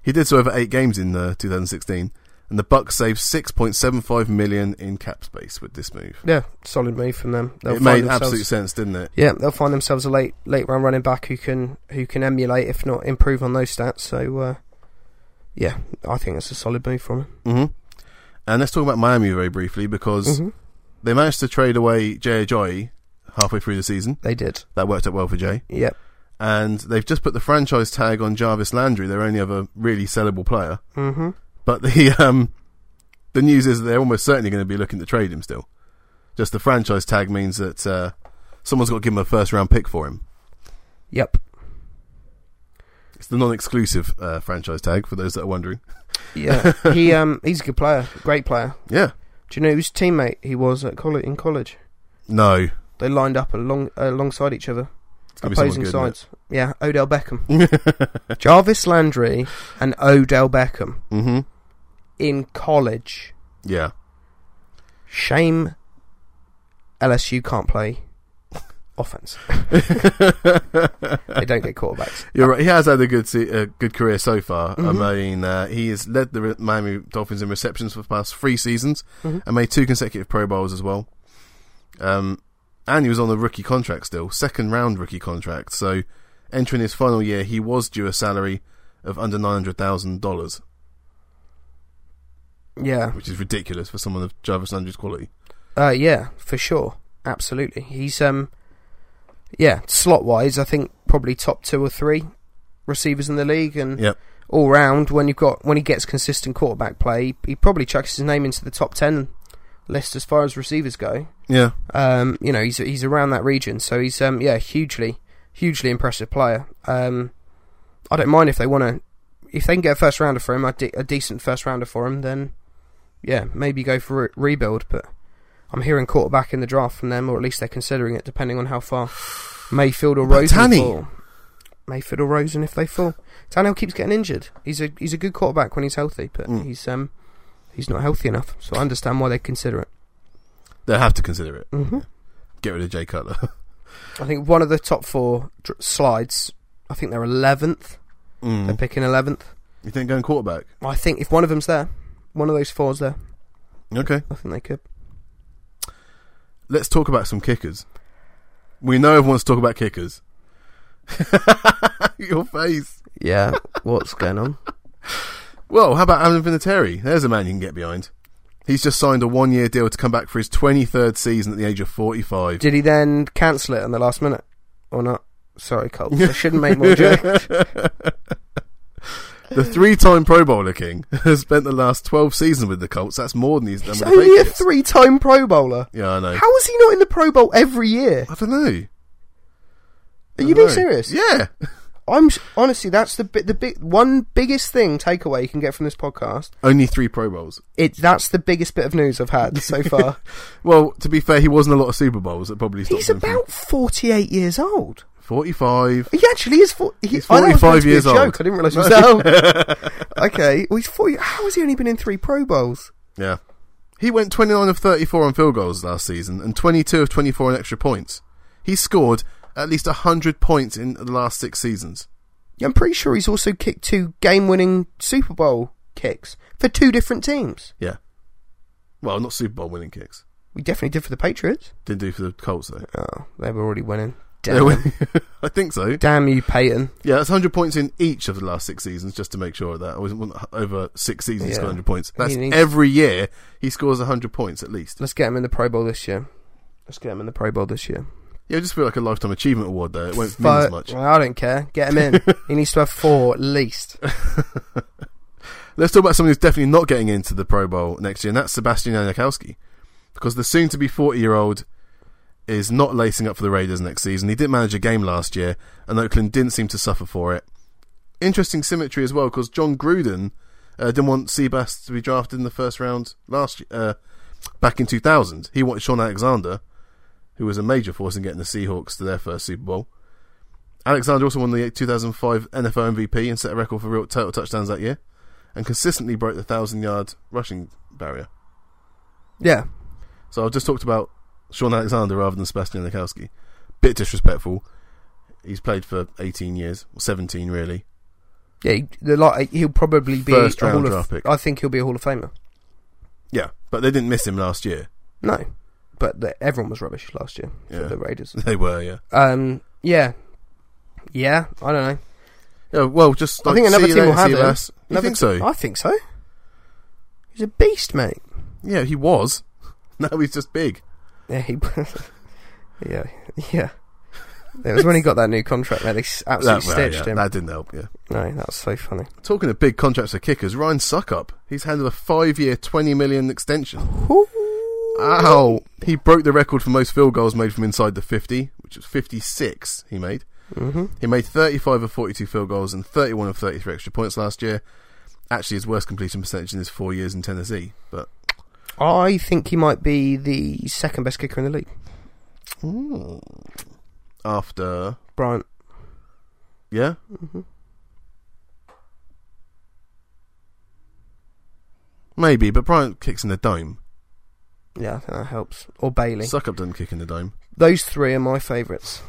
He did so over eight games in uh, 2016, and the Bucks saved 6.75 million in cap space with this move. Yeah, solid move from them. They'll it find made themselves- absolute sense, didn't it? Yeah, they'll find themselves a late late round running back who can who can emulate, if not improve on those stats. So, uh, yeah, I think that's a solid move from him. hmm And let's talk about Miami very briefly because Mm-hmm. they managed to trade away Jay Ajayi halfway through the season. They did. That worked out well for Jay. Yep. and they've just put the franchise tag on Jarvis Landry, their only other really sellable player. hmm But the um, the news is that they're almost certainly going to be looking to trade him still. Just the franchise tag means that uh, someone's got to give him a first round pick for him. Yep. It's the non-exclusive uh, franchise tag for those that are wondering. Yeah. he um he's a good player, great player. Yeah, Do you know whose teammate he was at college in college? no, They lined up along alongside each other, it's going to be opposing someone good. sides. Yeah, Odell Beckham, Jarvis Landry, and Odell Beckham mm-hmm. in college. Yeah, Shame LSU can't play offense. they don't get quarterbacks. You're right. He has had a good se- uh, good career so far. I mean, uh, he has led the Re- Miami Dolphins in receptions for the past three seasons and made two consecutive Pro Bowls as well. Um, and he was on the rookie contract still, second round rookie contract. So, entering his final year, he was due a salary of under nine hundred thousand dollars, Yeah, which is ridiculous for someone of Jarvis Landry's quality. uh, yeah, for sure, absolutely. He's um, yeah, slot wise, I think probably top two or three receivers in the league, and Yep. all round when you've got when he gets consistent quarterback play, he, he probably chucks his name into the top ten list as far as receivers go. Yeah. Um, you know, he's he's around that region, so he's um, yeah, hugely hugely impressive player. Um, I don't mind if they want to, if they can get a first rounder for him, a, de- a decent first rounder for him, then yeah, maybe go for re- rebuild. But I'm hearing quarterback in the draft from them, or at least they're considering it, depending on how far Mayfield or But Rosen Tanny- fall. Mayfield or Rosen if they fall. Tannehill keeps getting injured. He's a he's a good quarterback when he's healthy, but Mm. he's um he's not healthy enough. So I understand why they consider it. They'll have to consider it. Mm-hmm. Get rid of Jay Cutler. I think one of the top four dr- slides. I think they're eleventh. They're mm. picking eleventh. You think going quarterback? I think if one of them's there, one of those four's there. Okay. I think they could. Let's talk about some kickers. We know everyone wants to talk about kickers. Your face. Yeah. What's going on? Well, how about Alan Vinatieri? There's a man you can get behind. He's just signed a one-year deal to come back for his 23rd season at the age of 45. Did he then cancel it on the last minute or not? Sorry, Cole. I shouldn't make more jokes. The three-time Pro Bowler king has spent the last 12 seasons with the Colts. That's more than he's done He's with the only a Patriots. three-time Pro Bowler. yeah, I know. How is he not in the Pro Bowl every year? I don't know. Are you being serious? Yeah. I'm s- honestly that's the bi- the big one biggest thing takeaway you can get from this podcast. Only three Pro Bowls. It that's the biggest bit of news I've had so far. Well, to be fair, he wasn't a lot of Super Bowls. That probably stopped He's him from- about forty-eight years old. 45. He actually is. For, he, He's I thought it was 45 meant to be a years old. Joke. I didn't realise he was that old. okay, well, he's forty. How has he only been in three Pro Bowls? Yeah. He went 29 of 34 on field goals last season and 22 of 24 on extra points. He scored at least 100 points in the last six seasons. Yeah, I'm pretty sure he's also kicked two game-winning Super Bowl kicks for two different teams. Yeah. Well, not Super Bowl winning kicks. We definitely did for the Patriots. Didn't do for the Colts, though. Oh, they were already winning. They Damn, win- I think so. damn you, Peyton. Yeah, that's 100 points in each of the last six seasons, just to make sure of that. I wasn't wasn't over six seasons, he Yeah. scored 100 points. That's needs- every year he scores 100 points at least. Let's get him in the Pro Bowl this year. Let's get him in the Pro Bowl this year. Yeah, I just feel like a Lifetime Achievement Award, though. It won't mean But as much. I don't care. Get him in. he needs to have four at least. Let's talk about someone who's definitely not getting into the Pro Bowl next year, and that's Sebastian Janikowski. Because the soon to be 40 year old is not lacing up for the Raiders next season. He didn't manage a game last year, and Oakland didn't seem to suffer for it. Interesting symmetry as well, because John Gruden uh, didn't want Seabass to be drafted in the first round last y- uh, back in 2000. He wanted Sean Alexander, who was a major force in getting the Seahawks to their first Super Bowl. Alexander also won the 2005 NFL MVP and set a record for real total touchdowns that year and consistently broke the thousand yard rushing barrier. Yeah, So I've just talked about Sean Alexander rather than Sebastian Nikowski. Bit disrespectful. He's played for 18 years, or 17 really. yeah. he- The like he'll probably be First a round Hall of, draft pick. I think he'll be a Hall of Famer. Yeah, but they didn't miss him last year. No, but the, everyone was rubbish last year for Yeah. the Raiders. They were, yeah. Um, yeah, yeah. I don't know. Yeah, well, just I like, think another see you team will later, have see you him. lass. You Another think t- so? I think so. He's a beast, mate. Yeah, he was. Now he's just big. Yeah, he. yeah, yeah. It was when he got that new contract, mate. They s- absolutely well, stitched yeah, him. that didn't help. Yeah. No, that's so funny. Talking of big contracts for kickers, Ryan Suckup. He's handed a five-year, twenty million extension. Ow! He broke the record for most field goals made from inside the 50, which was 56 he made. hmm He made 35 of 42 field goals and 31 of 33 extra points last year. Actually, his worst completion percentage in his four years in Tennessee. But I think he might be the second best kicker in the league. after, Bryant. yeah, hmm maybe. But Bryant kicks in the dome. Yeah, I think that helps. Or Bailey. Suck up doesn't kick in the dome. Those three are my favourites.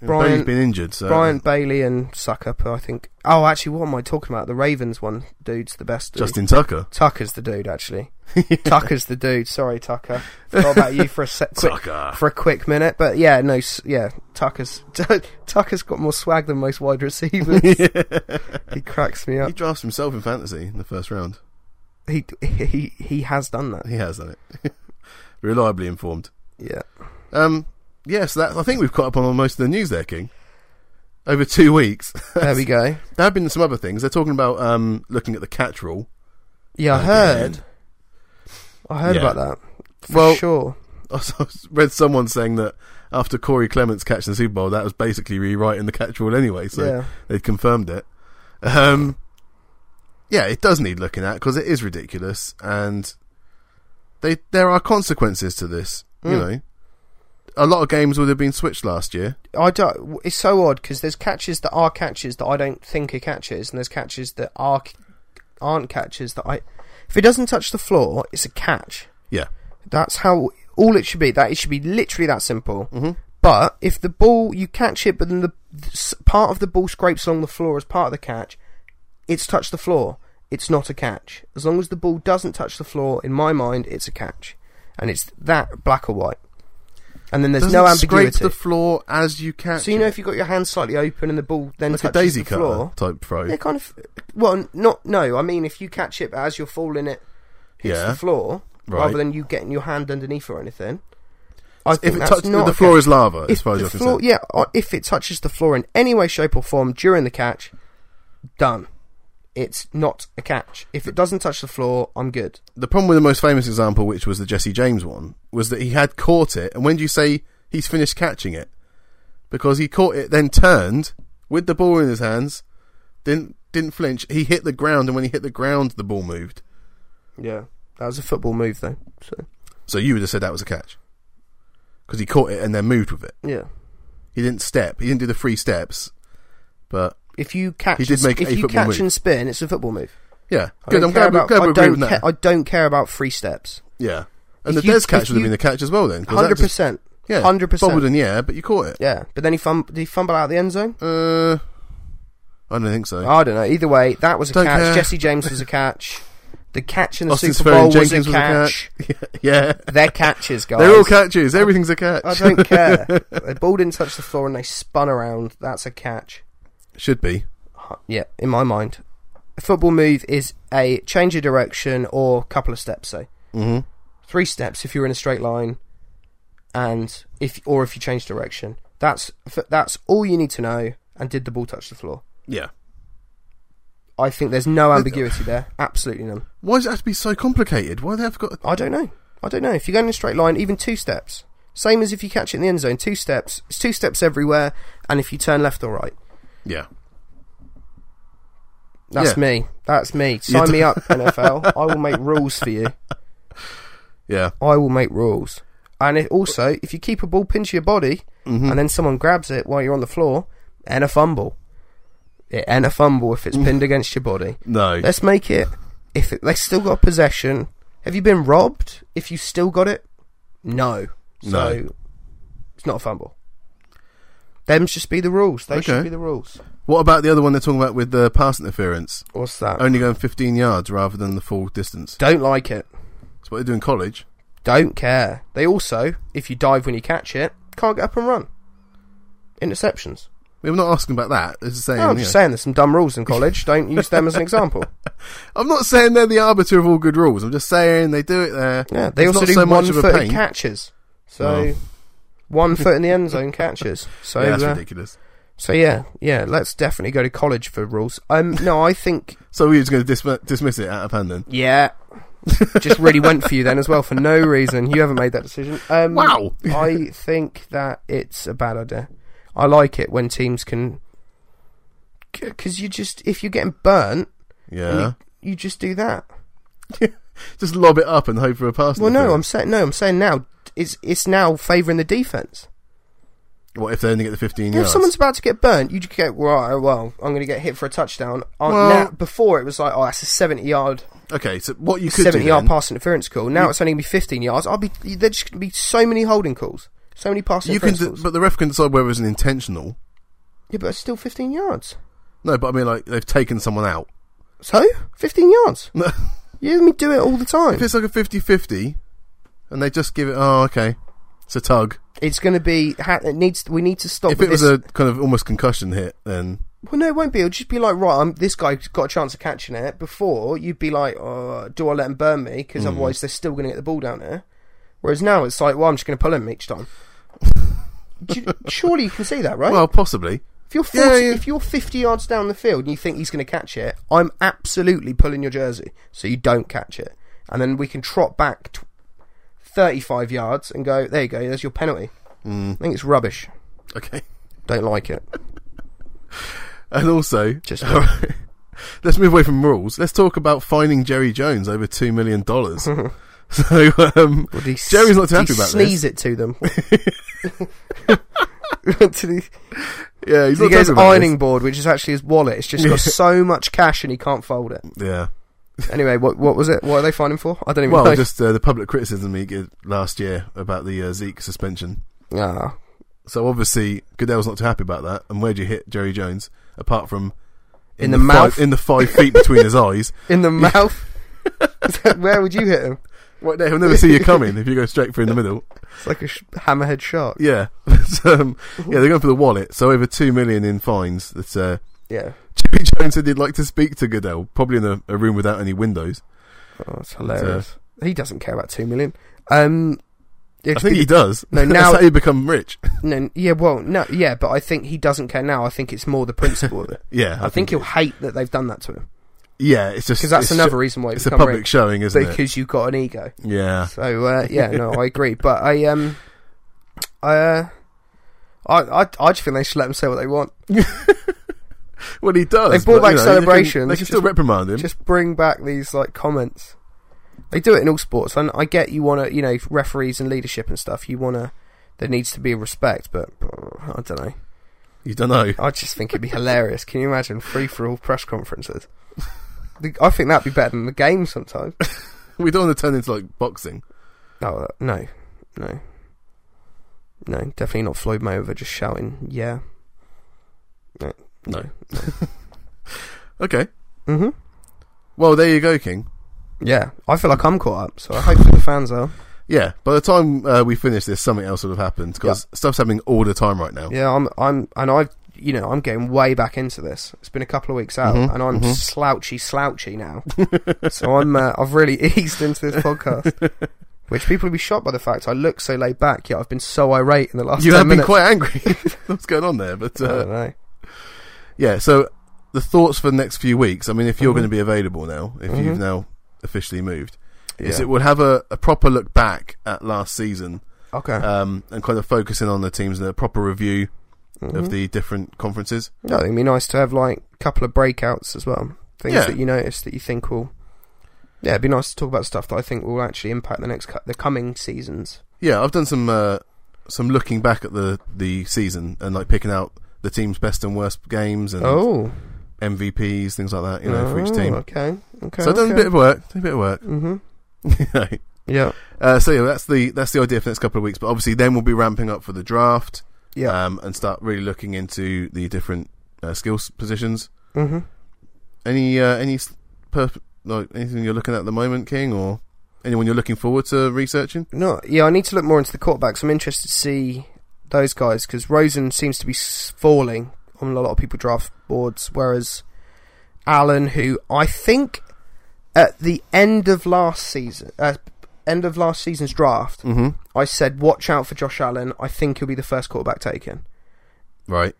And Brian- Bailey's been injured, so Brian Bailey and Suckup, I think. Oh, actually, what am I talking about? The Ravens one dude's the best. Dude. Justin Tucker. Tucker's the dude, actually. Tucker's the dude. Sorry, Tucker. Forgot about you for a sec. Quick, Tucker. for a quick minute, but yeah, no, s- yeah, Tucker's Tucker's got more swag than most wide receivers. he cracks me He up. drafts himself in fantasy in the first round. He he he has done that. He has done it. Reliably informed. Yeah. Um, yes, that I think we've caught up on most of the news there, King. Over two weeks, There we go. there have been some other things. They're talking about um, looking at the catch rule. Yeah, I heard. I heard Yeah. about that. For Well- sure. I saw- read someone saying that after Corey Clement's catch in the Super Bowl, that was basically rewriting the catch rule anyway. So Yeah. they'd confirmed it. Um, yeah, it does need looking at because it is ridiculous, and they there are consequences to this. You Mm. know, a lot of games would have been switched last year. I don't. It's so odd because there's catches that are catches that I don't think are catches, and there's catches that are aren't catches that I. If it doesn't touch the floor, it's a catch. Yeah, That's how all it should be. That it should be literally that simple. Mm-hmm. But if the ball you catch it, but then the s- part of the ball scrapes along the floor as part of the catch, it's touched the floor. It's not a catch. As long as the ball doesn't touch the floor, in my mind, it's a catch, and it's that black or white. And then there's doesn't no scrape ambiguity. the floor as you catch. so you know it. if you've got your hand slightly open and the ball then like a touches daisy the cutter floor, type throw. they're kind of well, not no. I mean, if you catch it but as you're falling, it hits Yeah. the floor Right. rather than you getting your hand underneath or anything. I if think it that's touches not the a floor catch. is lava, If as far as the you're floor, concerned. yeah, or if it touches the floor in any way, shape, or form during the catch, done. It's not a catch. If it doesn't touch the floor, I'm good. the problem with the most famous example, which was the Jesse James one, was that he had caught it, and when do you say he's finished catching it? Because he caught it, then turned with the ball in his hands, didn't didn't flinch. He hit the ground, and when he hit the ground, the ball moved. Yeah, that was a football move though. So So you would have said that was a catch because he caught it and then moved with it. yeah, He didn't step. He didn't do the three steps. But if you catch, He did make if a you football catch move. and spin, it's a football move. yeah, I good. don't I'm care glad, we- about- glad we're I agreeing don't with care. that. I don't care about free steps. yeah, and if the you- Des catch if would have you- been the catch as well then. 'cause that Hundred just- percent. Yeah, Hundred Bobbled percent. in the air, but you caught it. Yeah, but then he fumbled. Did he fumble out of the end zone? Uh, I don't think so. I don't know. Either way, that was a Don't catch. care. Jesse James was a catch. The catch in the Austin Super Sperry Bowl and was a Jenkins was a catch. yeah. They're catches, guys. They're all catches. Everything's a catch. I don't care. the ball didn't touch the floor and they spun around. That's a catch. Should be. Huh, Yeah, in my mind, a football move is a change of direction or couple of steps. So hmm three steps if you're in a straight line, and if or if you change direction. That's that's all you need to know. And did the ball touch the floor? Yeah. I think there's no ambiguity there. Absolutely none. Why does it have to be so complicated? Why do they have got? I don't know. I don't know. If you're going in a straight line, even two steps, same as if you catch it in the end zone, two steps. It's two steps everywhere, and if you turn left or right, Yeah. that's Yeah. me. That's me. Sign me up, NFL. I will make rules for you. Yeah. I will make rules. And it also, if you keep a ball pinned to your body, and then someone grabs it while you're on the floor, and a fumble, it, and a fumble if it's pinned against your body. No. Let's make it. If it, they still got possession, have you been robbed? If you still got it, no. So No. it's not a fumble. Them should be the rules. They Okay. should be the rules. What about the other one they're talking about with the pass interference? What's that? Only going 15 yards rather than the full distance. Oh, Don't like it. That's what they do in college. Don't care. They also, if you dive when you catch it, can't get up and run. Interceptions. We We're not asking about that. It's saying, No, Oh, I'm you just know. saying there's some dumb rules in college. Don't use them as an example. I'm not saying they're the arbiter of all good rules. I'm just saying they do it there. Yeah, they It's also not do so much of a one-footed pain. Oh. catches. So one foot in the end zone catches. So Yeah, that's uh, ridiculous. So yeah, yeah, let's definitely go to college for rules. Um, no, I think So we're just going to dismi- dismiss it out of hand then. yeah, just really went for you then as well for no reason. You haven't made that decision. Um, Wow. I think that it's a bad idea. I like it when teams can, because you just if you're getting burnt, Mm. Yeah. you just do that. Just lob it up and hope for a pass. Well, no, I'm interference. saying no, I'm saying now it's it's now favouring the defense. What if they only get the 15 If yards? someone's about to get oh, burnt, you just go right. Well, I'm going to get hit for a touchdown. Uh, Well- now- before it was like, oh, that's a seventy-yard Okay, so what you could seventy do yard then, pass interference call. Now it's only gonna be fifteen yards. I'll be there's just gonna be so many holding calls, so many pass you can, interference d- calls. but the ref can decide whether it was an intentional. yeah, but it's still fifteen yards. No, but I mean like they've taken someone out. So fifteen yards. No, You and me do it all the if time. it's like a 50-50 and they just give it, oh okay, it's a tug. It's gonna be. ha- It needs. We need to stop. If with it was Oh, this. a kind of almost concussion hit, then Well, no, it won't be. It'll just be like, right, um this guy's got a chance of catching it. Before, you'd be like, oh, do I let him burn me? Because Hmm. otherwise, they're still going to get the ball down there. Whereas now, it's like, well, I'm just going to pull him each time. Do you- surely you can see that, right? well possibly. if you're 40, yeah. if you're 50 yards down the field and you think he's going to catch it, I'm absolutely pulling your jersey so you don't catch it, and then we can trot back t- 35 yards and go, there you go, there's your penalty. Hmm. I think it's rubbish. Okay, Don't like it. and also Just let's move away from rules. Let's talk about finding Jerry Jones over two million dollars. so um, Did he Jerry's not too did happy he about sneeze it to them. Did he, yeah, he's he not got his happy about ironing board, which is actually his wallet. It's just got so much cash and he can't fold it. this. Yeah. Anyway, what what was it? What are they finding for? I don't even Well, know. just uh, the public criticism he gave last year about the uh, Zeke suspension. Ah. So obviously Goodell's not too happy about that. And where'd you hit Jerry Jones? Apart from In the mouth. five, in the five feet between his eyes. in the mouth. Where would you hit him? Right there, he'll never see you coming if you go straight through in the middle. It's like a sh- hammerhead shark. Yeah, But, um, yeah, they're going for the wallet. So over two million in fines. That uh, Yeah, Jerry Jones said he'd like to speak to Goodell, probably in a, a room without any windows. oh, uh, it's hilarious. he doesn't care about two million. Um, yeah, I think he does. No, That's now- how you become rich. no, yeah, well, no, yeah, but I think he doesn't care now. I think it's more the principle of it. Yeah, I think he'll hate that they've done that to him Yeah, it's just because that's it's another ju- reason why he It's a become public rich showing, isn't it? because you've got an ego. Yeah, So uh, yeah, no, I agree. But I um, I uh, I I I just think they should let them say what they want. well, he does. They but, you know, brought back They can, celebrations, they can still just- reprimand him. Just bring back these like comments. They do it in all sports, and I get you want to, you know, referees and leadership and stuff. You want to, there needs to be respect, but uh, I don't know. You don't know. I just think it'd be hilarious. Can you imagine free for all press conferences? The- I think that'd be better than the game sometimes. We don't want to turn into like boxing. Oh uh, no, no, no! Definitely not Floyd Mayweather just shouting, "Yeah." No. No. Okay. Mm-hmm. Mhm. Well, there you go, King. Yeah, I feel like I'm caught up, so I hope that the fans are. Yeah. By the time uh, we finish this, something else will have happened because stuff's happening all the time right now. Yeah, I'm, I'm, and I've, you know, I'm getting way back into this. It's been a couple of weeks out, Mhm, and I'm mhm. slouchy, slouchy now. so I'm, uh, I've really eased into this podcast, which people will be shocked by the fact I look so laid back. Yet I've been so irate in the last. You 10 have been minutes. quite angry. What's going on there? But I uh, don't know. yeah. So the thoughts for the next few weeks. I mean, if you're Mhm. going to be available now, if you've Mhm. now officially moved, is Yeah. it we'll have a, a proper look back at last season okay? um, and kind of focusing on the teams and a proper review Mhm. of the different conferences. No, it'd be nice to have like a couple of breakouts as well. Things Yeah. that you notice that you think will. Yeah, it'd be nice to talk about stuff that I think will actually impact the next, cu- the coming seasons. Yeah, I've done some uh, some looking back at the the season and like picking out the team's best and worst games and Oh, MVPs, things like that. You know, for each Oh, team. Okay, okay. so I've done a bit of work. Done a bit of work. hmm You know. Yeah, uh, so yeah, that's the that's the idea for the next couple of weeks. But obviously, then we'll be ramping up for the draft. yeah. Um, and start really looking into the different uh, skills positions. Mm-hmm. Any uh, any s- perf- like anything you're looking at at the moment, King, or anyone you're looking forward to researching? No, yeah, I need to look more into the quarterbacks. I'm interested to see those guys because Rosen seems to be s- falling on a lot of people draft boards, whereas Allen, who I think at the end of last season, uh, end of last season's draft, hmm I said watch out for Josh Allen. I think he'll be the first quarterback taken, Right.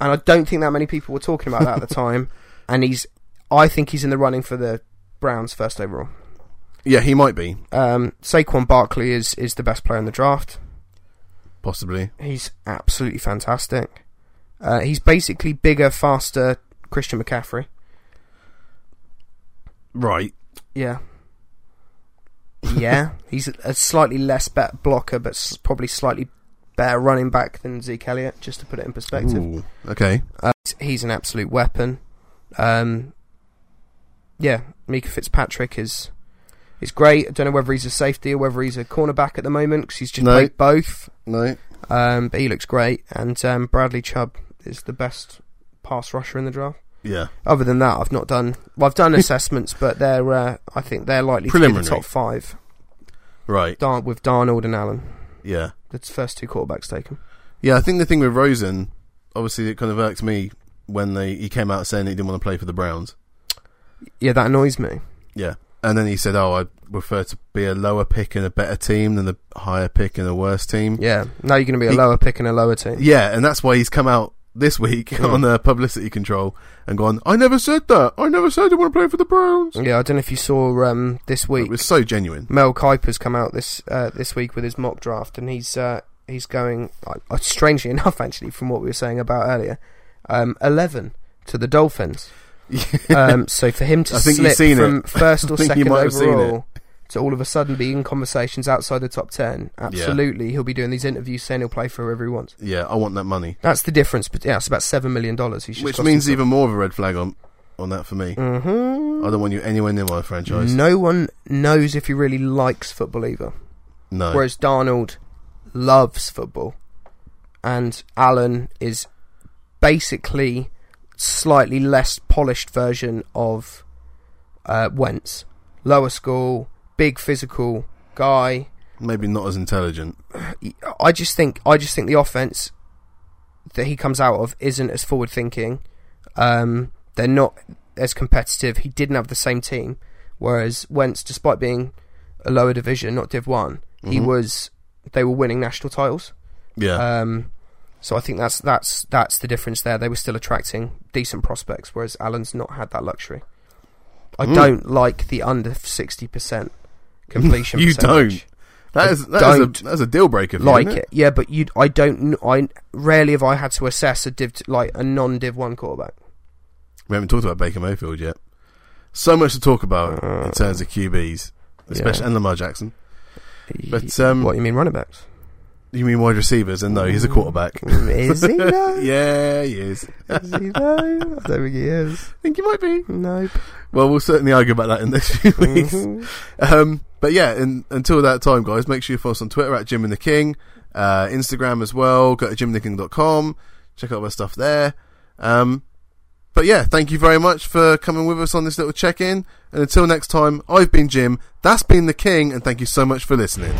and I don't think that many people were talking about that at the time. And he's, I think he's in the running for the Browns first overall. Yeah, he might be Um, Saquon Barkley is is the best player in the draft. possibly. He's absolutely fantastic. Uh, he's basically bigger, faster Christian McCaffrey. Right. Yeah. Yeah. he's a, a slightly less bet blocker, but s- probably slightly better running back than Zeke Elliott, just to put it in perspective. Ooh, okay. Uh, he's- he's an absolute weapon. Um, yeah, Mika Fitzpatrick is is great. I don't know whether he's a safety or whether he's a cornerback at the moment because he's just No. played both. No, Um, but he looks great, and um, Bradley Chubb is the best pass rusher in the draft. yeah, Other than that, I've not done. Well, I've done assessments, but they're uh, I think they're likely to be the Preliminary. top five right, Dar- with Darnold and Allen. yeah, The first two quarterbacks taken. yeah. I think the thing with Rosen, obviously, it kind of irks me when they he came out saying he didn't want to play for the Browns. Yeah, that annoys me. Yeah, and then he said, "Oh, I prefer to be a lower pick in a better team than a higher pick in a worse team." Yeah, now you're going to be a He- lower pick and a lower team. Yeah, and that's why he's come out this week Mm. on uh, publicity control and gone, I never said that. I never said I want to play for the Browns. Yeah, I don't know if you saw um, this week. It was so genuine. Mel Kiper's come out this uh, this week with his mock draft, and he's uh, he's going uh, strangely enough, actually, from what we were saying about earlier, um, eleven to the Dolphins. um, so for him to I think slip you've seen from it. first or I think you second might have seen overall to all of a sudden be in conversations outside the top ten, absolutely, he'll be doing these interviews saying he'll play for whoever he wants. Yeah, I want that money. That's the difference. But yeah, it's about seven million dollars. Which means even more of a red flag on, on that for me. Mm. I don't want you anywhere near my franchise. Mm-hmm. No one knows if he really likes football either. No. Whereas Darnold loves football, and Allen is basically slightly less polished version of uh, Wentz. Lower school, big physical guy. Maybe not as intelligent. I just think I just think the offense that he comes out of isn't as forward thinking. Um, they're not as competitive. He didn't have the same team, whereas Wentz, despite being a lower division, not Div One, he was. They were winning national titles. Mm-hmm. Yeah. Um, so I think that's that's that's the difference there. They were still attracting decent prospects, whereas Allen's not had that luxury. I Mm. don't like the under sixty percent completion. You percentage don't. that is, that is don't a, that's a deal breaker for you, like isn't it. Yeah, but you, I don't. kn- I rarely have I had to assess a div, t- like a non-div one quarterback. We haven't talked about Baker Mayfield yet. So much to talk about Uh, in terms of QBs, especially and Lamar Jackson. But um, what you mean running backs? you mean wide receivers? And no, he's a quarterback. Is he though? yeah, he is. Is he though? I don't think he is. think he might be. Nope. Well, we'll certainly argue about that in the next few weeks. Mhm. Um, but yeah, in, until that time, guys, make sure you follow us on Twitter at Jim and the King, uh, Instagram as well. Go to jimandtheking.com, check out our stuff there. Um, but yeah, thank you very much for coming with us on this little check in. And until next time, I've been Jim, that's been the King, and thank you so much for listening.